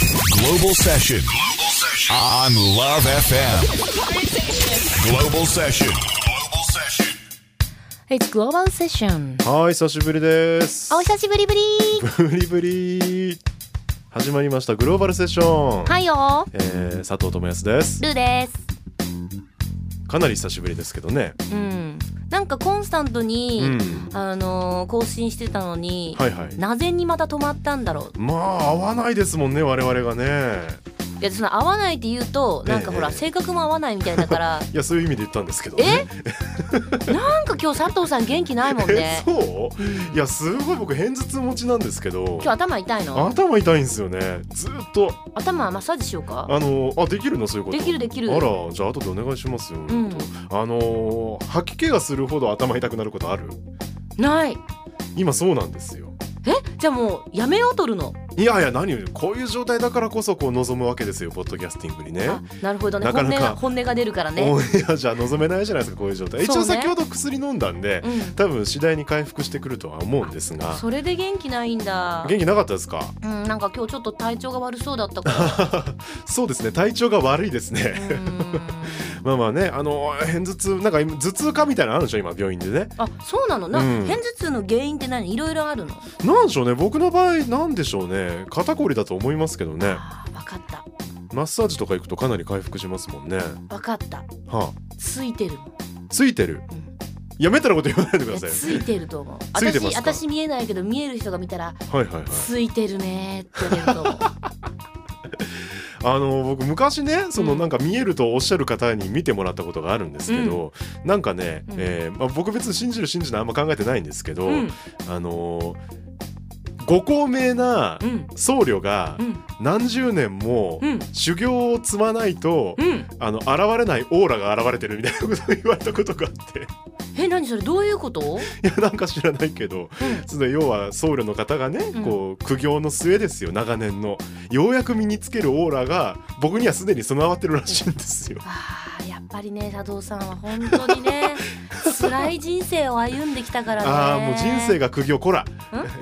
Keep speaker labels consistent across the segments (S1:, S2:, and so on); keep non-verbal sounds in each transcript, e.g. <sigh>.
S1: Global Session. Global Session. On Love FM. Global Session. Global Session.
S2: It's Global Session.
S3: はい、久しぶりです。 <laughs>
S2: お久しぶりぶり
S3: ぶりぶり。始まりましたグローバルセッション。
S2: はいよ
S3: えー佐藤智康です。
S2: ルーです。
S3: かなり久しぶりですけどね。
S2: うん。なんかコンスタントに、
S3: うん。
S2: あのー更新してたのに、
S3: はいはい。
S2: なぜにまた止まったんだろう。
S3: まあ合わないですもんね我々がね。
S2: いやその合わないって言うとなんかほら、
S3: ええ
S2: 性格も合わないみたいだから
S3: <laughs> いやそういう意味で言ったんですけど、
S2: え
S3: ね。。
S2: なんか今日佐藤さん元気ないもんね
S3: <laughs> そう？いやすごい僕偏頭痛持ちなんですけど。
S2: 今日頭痛いの？
S3: 頭痛いんですよね。ずーっと
S2: 頭マッサージしようか。
S3: あのあできるのそういうこと。
S2: できるできる
S3: あらじゃあ後でお願いしますよ。
S2: ん
S3: あのー吐き気がするほど頭痛くなることある？
S2: ない。
S3: 今そうなんですよ。
S2: えじゃあもうやめようとるの。
S3: いやいや何よりこういう状態だからこそこう望むわけですよポッドキャスティングにね
S2: あ。なるほどね
S3: なかな
S2: 本音
S3: か
S2: が本音が出るから
S3: オ
S2: ね。
S3: ンエアじゃ望めないじゃないですかこういう状態。
S2: そう
S3: 一
S2: ね
S3: 応先ほど薬飲んだんで、
S2: うん。
S3: 多分次第に回復してくるとは思うんですが
S2: それで元気ないんだ。
S3: 元気なかったですか
S2: うんなんか今日ちょっと体調が悪そうだったから。
S3: そうですね体調が悪いです
S2: う
S3: ね。 <laughs>
S2: ーん
S3: まあまあねあの偏頭痛なんか今頭痛科みたいなのあるんでしょ今病院でね。
S2: あそうなのな、
S3: うん
S2: 片頭痛の原因って何いろいろあるの
S3: なんでしょうね僕の場合なんでしょうね肩こりだと思いますけどね
S2: あ分かった
S3: マッサージとか行くとかなり回復しますもんね。
S2: 分かった
S3: はあ、
S2: ついてるもん
S3: ついてる
S2: うん。
S3: やめたらこと言わないで
S2: い
S3: くだ
S2: や
S3: さい。
S2: ついてると思う
S3: ついてま
S2: 私
S3: すか
S2: 私見えないけど見える人が見たら
S3: はいはいはい。
S2: ついてるねーって言われると
S3: <laughs>
S2: 思う
S3: あの僕昔ねそうの
S2: ん
S3: なんか見えるとおっしゃる方に見てもらったことがあるんですけど、なんかね、
S2: うん
S3: えーまあ、僕別に信じる信じないあんま考えてないんですけど、
S2: うん
S3: あのーご高名な
S2: うん
S3: 僧侶が
S2: うん
S3: 何十年も
S2: うん
S3: 修行を積まないと、
S2: うん
S3: あの現れないオーラが現れてるみたいなことを言われたことがあってい
S2: え何それどういうこと
S3: やなんか知らないけどその要は僧侶の方がね、
S2: うん
S3: こう苦行の末ですよ長年のようやく身につけるオーラが僕にはすでに備わってるらしいんですよ。
S2: あーやっぱりね佐藤さんは本当に
S3: <laughs>
S2: ね辛い人生を歩んできたからね
S3: ああもう人生が苦行こら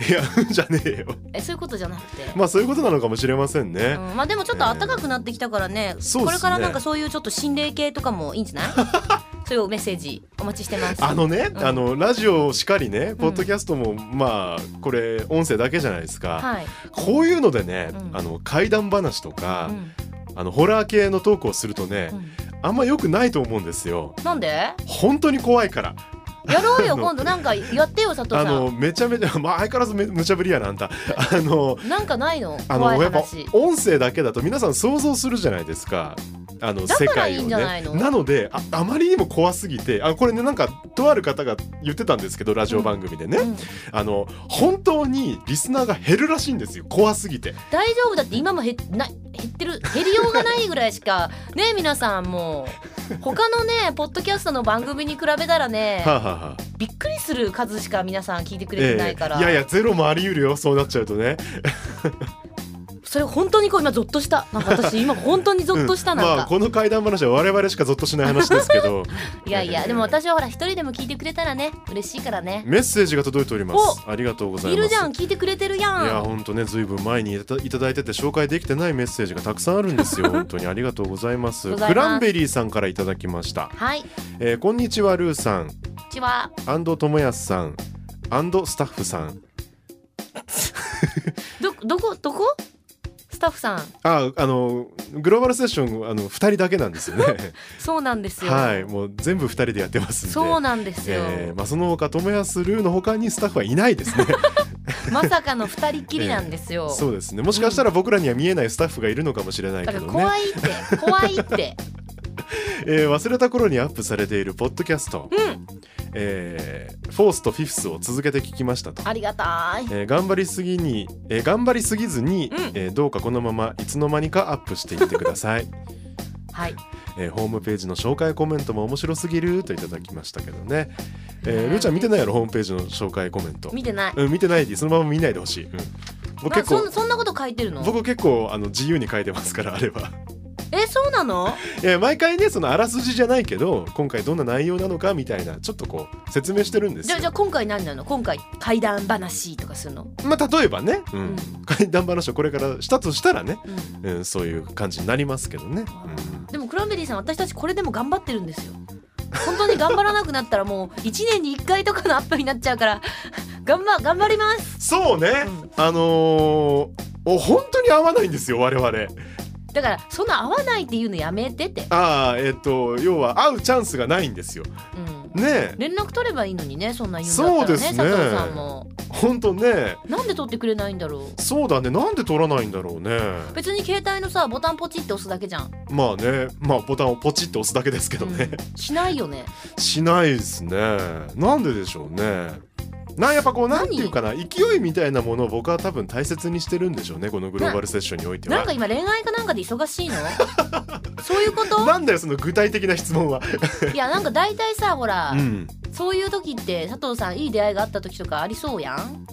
S3: いやうんじゃねえよ
S2: えそういうことじゃなくて
S3: まあそういうことなのかもしれませんね、
S2: うん、まあでもちょっと暖かくなってきたからね,、
S3: そうっすね
S2: これからなんかそういうちょっと心霊系とかもいいんじゃ
S3: <laughs>
S2: ないそういうメッセージお待ちしてます
S3: あのね、
S2: うん
S3: あのラジオしかりねポッドキャストも、まあこれ音声だけじゃないですか、
S2: はい、
S3: こういうのでね、
S2: うん
S3: あの怪談話とか
S2: う、ん
S3: あのホラー系のトークをするとね、
S2: うん、
S3: あんま良くないと思うんですよ
S2: なんでや
S3: 本当に怖いから
S2: ろうよ
S3: <laughs> あの
S2: 今度なんかやってよ佐藤
S3: あ
S2: さ
S3: のめちゃめちゃ、まあ、相変わらずめ無茶ぶりやなあんたあの
S2: んなんかないの
S3: あの
S2: 怖い
S3: やっぱ
S2: 話
S3: 音声だけだと皆さん想像するじゃないですか。あの
S2: だか
S3: 世
S2: ら
S3: 界
S2: い
S3: を
S2: いん
S3: ね
S2: じゃないの
S3: なのでああまりにも怖すぎてあこれねなんかとある方が言ってたんですけどラジオ番組でね、
S2: うん
S3: あの本当にリスナーが減るらしいんですよ怖すぎて
S2: 大丈夫だって今も減な減ってる減りようがないぐらいしかね皆さんもう他の
S3: <laughs>
S2: ねポッドキャストの番組に比べたらね
S3: はあ、はあはあ
S2: びっくりする数しか皆さん聞いてくれ
S3: え
S2: てないから、
S3: えいやいやゼロもあり得るよそうなっちゃうとね
S2: それ本当にこう今ゾッとしたなんか私今本当にゾッとした
S3: うん
S2: なんか、
S3: まあこの怪談話は我々しかゾッとしない話ですけど
S2: <laughs> いやいや、でも私はほら一人でも聞いてくれたらね嬉しいからね
S3: メッセージが届いておりますありがとうござい
S2: い
S3: ます
S2: るじゃん聞いてくれてるや
S3: いや
S2: ん
S3: 本当ねずいぶん前にいたいただいてて紹介できてないメッセージがたくさんある
S2: <laughs>
S3: んですよ本当にありがとうございます
S2: ございます
S3: クランベリーさんからいただきました、
S2: はいこ
S3: えーこんにちはルーさ
S2: ん
S3: ん
S2: にちは
S3: アンドともやすさんアンドスタッフさん
S2: どどこどこスタッフさん
S3: ああのグローバルセッションあの二人だけなんですよね
S2: <laughs> そうなんですよ、
S3: はいもう全部二人でやってますんで
S2: そうなんですよ、
S3: えーまあ、その他ともやすルーの他にスタッフはいないですね
S2: まさかの二人っきりなんですよ、
S3: <laughs> そうですねもしかしたら僕らには見えないスタッフがいるのかもしれないけ
S2: だか
S3: ど
S2: ら
S3: ね
S2: 怖いって怖いって
S3: えー忘れた頃にアップされているポッドキャスト「
S2: ん
S3: えーフォースとフィフス」を続けて聞きましたと。
S2: ありがたい
S3: えー頑張りすぎに、えー頑張りすぎずに、
S2: うん
S3: えーどうかこのままいつの間にかアップしていってください、 <laughs>
S2: はい
S3: えーホームページの紹介コメントも面白すぎるといただきましたけどね、えー
S2: ねえ
S3: ルーちゃん見てないやろホームページの紹介コメント
S2: 見てない、
S3: うん見てないでそのまま見ないでほしい、うん僕
S2: まあ、
S3: 結
S2: そ
S3: 構
S2: んそんなこと書いてるの
S3: 僕結構あの自由に書いてますからあれは
S2: ええそうなの
S3: えー毎回ねそのあらすじじゃないけど今回どんな内容なのかみたいなちょっとこう説明してるんです
S2: じゃ
S3: よ
S2: あじゃあ今回何なの今回怪談話とかするの、
S3: まあ例えばね、う
S2: うん
S3: ん、怪談話をこれからしたとしたらね、
S2: うん
S3: うん、そういう感じになりますけどね、うん
S2: でもクランベリーさん私たちこれでも頑張ってるんですよ本当に頑張らなくなったらもう1年に1回とかのアップになっちゃうから頑張頑張ります
S3: そうね、あのーお本当に合わないんですよ我々
S2: だからそんな合わないっていうのやめてって、
S3: ああえっ、と要は会うチャンスがないんですよ
S2: うん、
S3: ねえ
S2: 連絡取ればいいのにねそんな言うんだったらね
S3: そうですね
S2: 佐藤さんも
S3: 本当ね
S2: なんで取ってくれないんだろう
S3: そうだねなんで取らないんだろうね
S2: 別に携帯のさボタンポチって押すだけじゃん、
S3: まあねまあボタンをポチって押すだけですけどね、
S2: うんしないよね
S3: しないですねなんででしょうねなんやっぱこうなんていうかな勢いみたいなものを僕は多分大切にしてるんでしょうねこのグローバルセッションにおいては
S2: なんか今恋愛かなんかで忙しい
S3: <laughs>
S2: のそういうこと
S3: なんだよその具体的な質問は。
S2: いやなんか大体さほら、
S3: うん、
S2: そういう時って佐藤さんいい出会いがあった時とかありそうやん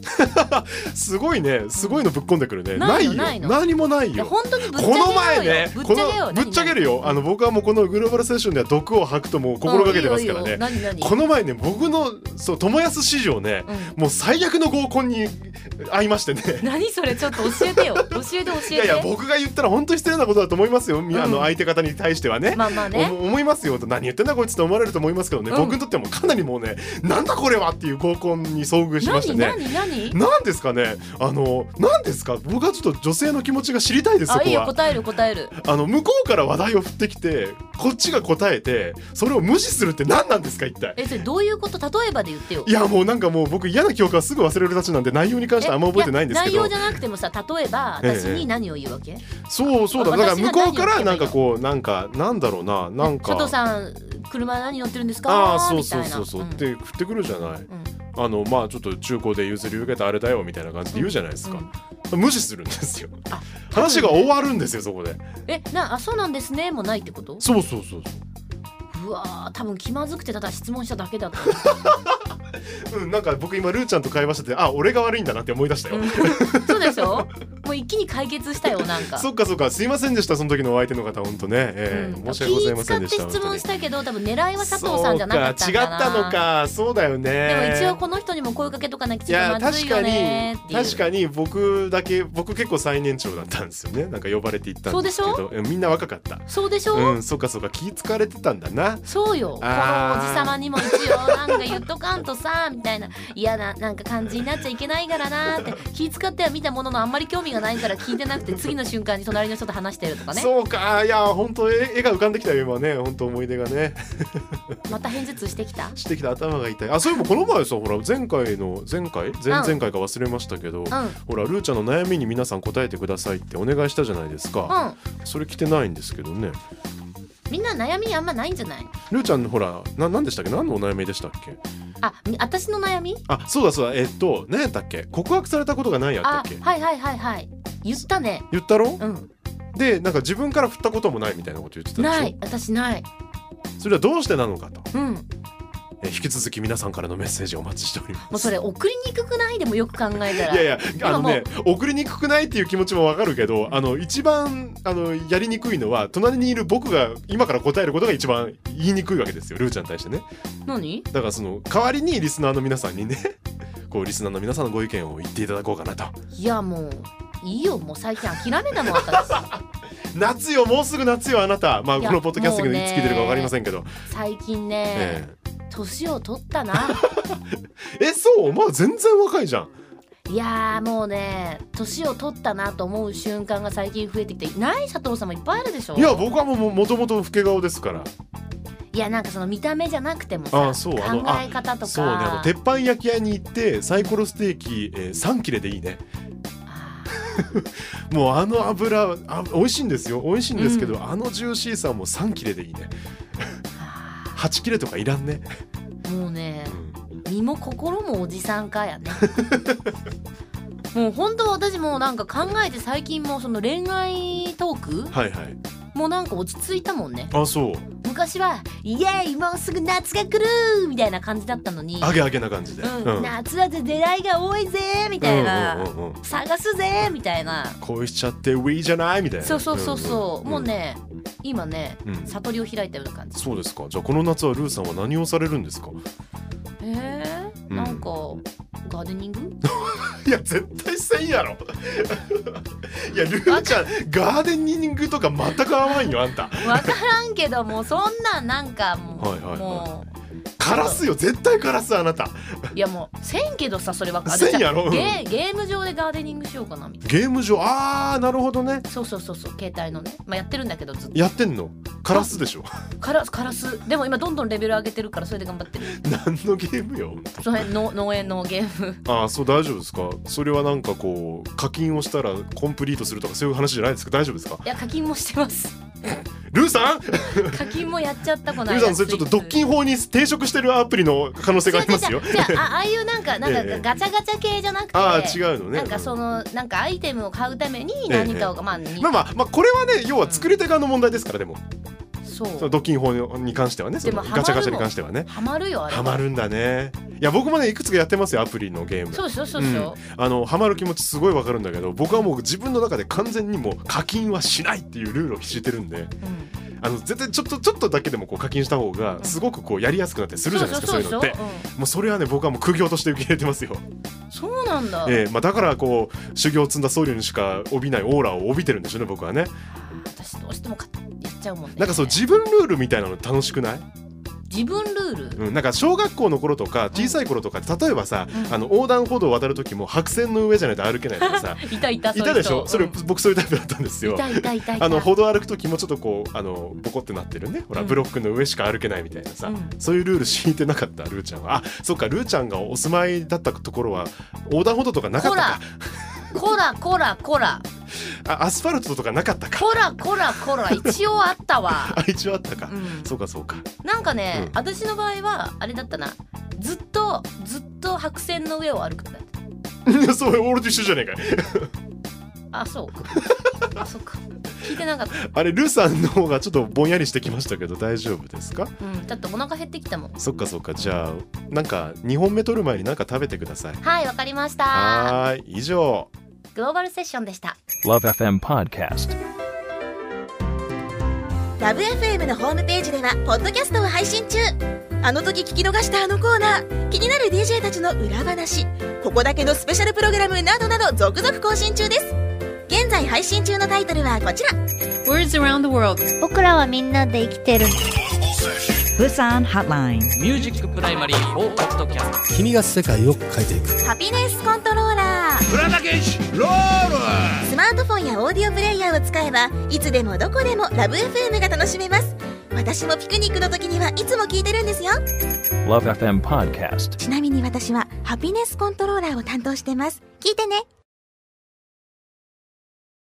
S3: すごいねすごいのぶっこんでくるね。
S2: な
S3: ないい
S2: よ
S3: よ
S2: ないの
S3: 何もない
S2: いや
S3: よ。
S2: 本当にぶっちゃけよ
S3: こ
S2: うよ
S3: の前ね
S2: ぶっ
S3: こ
S2: ちゃけよう
S3: のぶっちゃけるよ
S2: 何
S3: あの僕はもうこのグローバルセッションでは毒を吐くともう心がけてますから
S2: うんいいよいいよ
S3: ね。
S2: 何何
S3: この前ね僕のそう友安市場ね
S2: うん
S3: もう最悪の合コンに会いましてね。
S2: 何それちょっと教えてよ教えて教えて
S3: いやいや僕が言ったら本当に失礼なことだと思いますよ、みあ
S2: う
S3: の
S2: ん
S3: 相手方に対してはね。
S2: まあまあね
S3: お思いますよと何言ってんだこいつと思われると思いますけどね、
S2: うん
S3: 僕にとってもかなりもうねなんだこれはっていう合コンに遭遇しました
S2: 何
S3: ね。
S2: 何何
S3: なんですかねあのなんですか僕はちょっと女性の気持ちが知りたいですそ
S2: あい
S3: こ
S2: いよ
S3: は
S2: 答える答える
S3: あの向こうから話題を振ってきてこっちが答えてそれを無視するって何なんですか一体
S2: えそれどういうこと例えばで言ってよ
S3: いやもうなんかもう僕嫌な記憶はすぐ忘れるたちなんで内容に関してはあんま覚えてないんですけ
S2: いや
S3: ど
S2: 内容じゃなくてもさ例えば
S3: ええ
S2: 私に何を言うわけ、
S3: そうそうだ
S2: あ
S3: だから
S2: 私が
S3: 向こう
S2: 何を言って
S3: か
S2: もい
S3: ら
S2: いの
S3: なんかこうなんかなんだろうななんか
S2: 佐藤さん車何乗ってるんですか
S3: ああそう
S2: みた
S3: そ
S2: いうな
S3: そうそうっ
S2: ん
S3: て振ってくるじゃない
S2: うん
S3: あのまあちょっと中古で譲り受けたあれだよみたいな感じで言うじゃないですか無視するんですよ
S2: あ
S3: 話が終わるんですよそこで
S2: えなあそうなんですねもうないってこと
S3: そうそうそうそう
S2: うわー多分気まずくてただ質問しただけだった
S3: うん、なんか僕今ルーちゃんと会話しててあ俺が悪いんだなって思い出したよ、
S2: うんそうでしょもう一気に解決したよなんか。
S3: そっかそっかすいませんでしたその時のお相手の方本当ね、ええ
S2: うん
S3: 申し訳ございませんでし
S2: 気
S3: た
S2: 使って質問したけど多分狙いは佐
S3: 本当に
S2: 藤さんじゃなかったんだな
S3: そうか違ったのかそうだよね
S2: でも一応この人にも声かけとかなきゃ
S3: い
S2: ちょっ
S3: や
S2: とまずい
S3: 確
S2: よ
S3: か
S2: ね
S3: に
S2: っていう
S3: 確かに僕だけ僕結構最年長だったんですよねなんか呼ばれて行ったんですけ
S2: そ
S3: どうんみんな若かった
S2: そうでしょ、
S3: うんそっかそっか気使われてたんだな
S2: そうよこのおじ
S3: あー
S2: さまにも一応なんか言っとかんとさみたいな嫌ななんか感じになっちゃいけないからなって気使っては見たもののあんまり興味がないから聞いてなくて次の瞬間に隣の人と話してるとかね
S3: そうかいや本当絵絵が浮かんできたよ今ね本当思い出がね
S2: また偏頭痛してきた
S3: してきた頭が痛いあそういえばこの前さほら前回の前回前々回か忘れましたけど、
S2: うん
S3: ほらルーちゃんの悩みに皆さん答えてくださいってお願いしたじゃないですか、
S2: うん
S3: それ来てないんですけどね
S2: みんな悩みあんまないんじゃない
S3: ルーちゃんほらな何でしたっけ何のお悩みでしたっけ
S2: あみ私の悩み
S3: あそうだそうだえっと何やったっけ告白されたことがないやったっ
S2: あ
S3: け
S2: はいはいはいはい言ったね
S3: 言ったろ
S2: うん
S3: でなんか自分から振ったこともないみたいなこと言ってたでしょ
S2: ない私ない
S3: それはどうしてなのかと
S2: うん
S3: え引き続き皆さんからのメッセージをお待ちしております
S2: もうそれ送りにくくないでもよく考えたら
S3: いやいやあの
S2: も
S3: ね送りにくくないっていう気持ちもわかるけどあの一番あのやりにくいのは隣にいる僕が今から答えることが一番言いにくいわけですよルーちゃんに対してね
S2: 何
S3: だからその代わりにリスナーの皆さんにね <laughs> こうリスナーの皆さんのご意見を言っていただこうかなと
S2: いやもういいよもう最近諦めたもん私
S3: <laughs> 夏よもうすぐ夏よあなたまあ
S2: いや
S3: このポッドキャスティングでいつ聞いてるかわかりませんけど
S2: 最近ね
S3: え
S2: 年、を取った
S3: <laughs>
S2: な
S3: ええそうまあ全然若いじゃん
S2: いやーもうね年を取ったなと思う瞬間が最近増えてきてない佐藤さんもいっぱいあるでしょ
S3: いや僕はもうもともと老け顔ですから
S2: いやなんかその見た目じゃなくてもさ
S3: あそう
S2: 考
S3: あの
S2: え方とか
S3: そうねあの鉄板焼き屋に行ってサイコロステーキ、えー3切れでいいね
S2: あ
S3: <laughs> もうあの油あ美味しいんですよ美味しいんですけど、
S2: うん
S3: あのジューシーさはもう3切れでいいね
S2: ー
S3: 8切れとかいらんね、
S2: もうね
S3: うん
S2: 身も心もおじさんかやね <laughs> もう本当私もうなんか考えて最近もうその恋愛トーク
S3: はいはい
S2: もうなんか落ち着いたもんね
S3: あそう
S2: 昔は「イエーイもうすぐ夏が来る!」みたいな感じだったのに
S3: 揚げ揚げな感じで、
S2: うん夏だぜ出会いが多いぜ!」みたいな、
S3: うんうんうんうん
S2: 探すぜ!」みたいな
S3: 恋しちゃってウィーじゃないみたいな
S2: そうそうそうそう、もうね今ね、
S3: うん
S2: 悟りを開いたような感じ
S3: そうですかじゃあこの夏はルーさんは何をされるんですか
S2: へえ
S3: うん
S2: なんかガーデニング
S3: いや絶対せんやろ <laughs> いやルーちゃんガーデニングとか全く合わんよあんた
S2: わからんけどもうそんなんなんかもう,、
S3: はいはいはい
S2: も
S3: カラスよ絶対カラスあなた
S2: ういやもうせんけどさそれは
S3: せんやろ
S2: あれじゃあゲゲーム上でガーデニングしようかなみたい
S3: ゲーム上あーなるほどね
S2: なそうそうそうそう携帯のね、まあ、やってるんだけどずっと
S3: やってんのカラスでしょ <laughs>
S2: カラスカラスでも今どんどんレベル上げてるからそれで頑張
S3: <laughs>
S2: ってる
S3: 何のゲームよ
S2: その辺の農園のゲーム
S3: ああそう大丈夫ですかそれはなんかこう課金をしたらコンプリートするとかそういう話じゃないですか大丈夫ですか
S2: いや課金もして
S3: <laughs>
S2: ます
S3: ルーさんル
S2: 課金もやっちゃったこの間
S3: ーさんそれちょっとドッキン法に抵触してるアプリの可能性がありますよ
S2: 違う違う違うああ <laughs> あいうなんかなんか
S3: ええ
S2: ガチャガチャ系じゃなくて、
S3: ああ違うのね
S2: なんかそのなんかアイテムを買うために
S3: ええ
S2: 何かを、まあ、に
S3: まあまあまあこれはね要は作り手側の問題ですからでも
S2: そ
S3: その
S2: う
S3: ドッキン法に関してはねそ
S2: でも
S3: の
S2: ハマる
S3: ガチャガチャに関してはね
S2: ハマるよあれ
S3: ハマるんだねいや僕もねいくつかやってますよアプリのゲーム
S2: そうでしょそうでしょ、
S3: あのハマる気持ちすごいわかるんだけど僕はもう自分の中で完全にもう課金はしないっていうルールを敷いてるんで
S2: うん
S3: あの絶対ちょっとちょっとだけでもこう課金した方がすごくこうやりやすくなってするじゃないですかそういうのって
S2: そう
S3: もうそれはね僕はもう苦行として受け入れてますよ、
S2: そうそううんそうなんだ、
S3: ええまあ、だからこう修行を積んだ僧侶にしか帯びないオーラを帯びてるんでしょうね僕はね
S2: 私どうしても買やっちゃうもんね
S3: なんかそう自分ルールみたいなの楽しくない、
S2: 自分ルール、
S3: うん、なんか小学校の頃とか小さい頃とか例えばさ、
S2: うん
S3: あの横断歩道を渡る時も白線の上じゃないと歩けないとかさ
S2: いたいた
S3: い
S2: そういう人
S3: たでしょそれ
S2: うん
S3: 僕そういうタイプだったんですよ
S2: いたいたいたいた
S3: あの歩道歩く時もちょっとこうあのボコってなってるねほら、
S2: うん
S3: ブロックの上しか歩けないみたいなさ、
S2: うん
S3: そういうルール敷いてなかったルーちゃんはあそっかルーちゃんがお住まいだったところは横断歩道とかなかったか
S2: こらこらこら
S3: あアスファルトとかなかったか <laughs>
S2: こらこらこら一応あったわ
S3: あ一応あったか、
S2: うん
S3: そうかそうか <laughs>
S2: なんかね、
S3: うん
S2: 私の場合はあれだったなずっとずっと白線の上を歩くんだった
S3: いやそう俺と一緒じゃねえかい
S2: あそうかあそうか聞いてなかった
S3: あれルーさんの方がちょっとぼんやりしてきましたけど大丈夫ですか
S2: うんだってお腹減ってきたもん
S3: そっかそっかじゃあなんか2本目取る前になんか食べてください
S2: はいわかりました
S3: はーい以上
S2: グローバルセッションでした
S4: Love FM Podcast.
S5: ラブ f m のホームページではポッドキャストを配信中あの時聞き逃したあのコーナー気になる DJ たちの裏話ここだけのスペシャルプログラムなどなど続々更新中です現在配信中のタイトルはこちら
S6: Words around the world.
S7: 僕らはみんなで生きてる
S1: Global Session.
S8: Busan Hotline.
S9: Music Primary for Podcast.
S10: 君が世界を変えていく
S5: ハピネスコントローラースマートフォンやオーディオプレイヤーを使えばいつでもどこでもラブ f m が楽しめます私もピクニックの時にはいつも聞いてるんですよ
S4: Love FM Podcast.
S5: ちなみに私はハピネスコントローラーを担当してます聞いてね